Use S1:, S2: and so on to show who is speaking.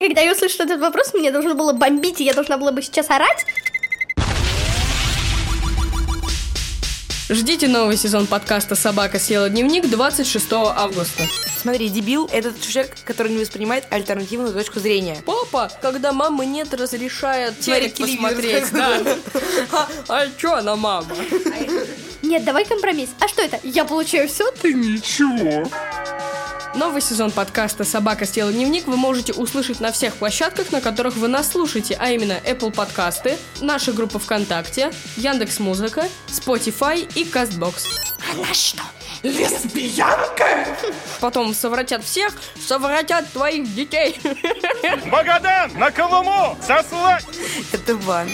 S1: Когда я услышала этот вопрос, меня должно было бомбить, и я должна была бы сейчас орать.
S2: Ждите новый сезон подкаста «Собака съела дневник» 26 августа.
S3: Смотри, дебил — это тот человек, который не воспринимает альтернативную точку зрения.
S2: Папа, когда мамы нет, разрешает
S3: Телек
S2: телек посмотреть. Да. А, а чё она мама?
S1: Нет, давай компромисс. А что это? Я получаю все?
S2: Новый сезон подкаста «Собака съела дневник» вы можете услышать на всех площадках, на которых вы нас слушаете, а именно Apple подкасты, наша группа ВКонтакте, Яндекс Музыка, Spotify и Castbox. Потом совратят всех, совратят твоих детей.
S4: Магадан на Колыму! Сосла!
S3: Это бан.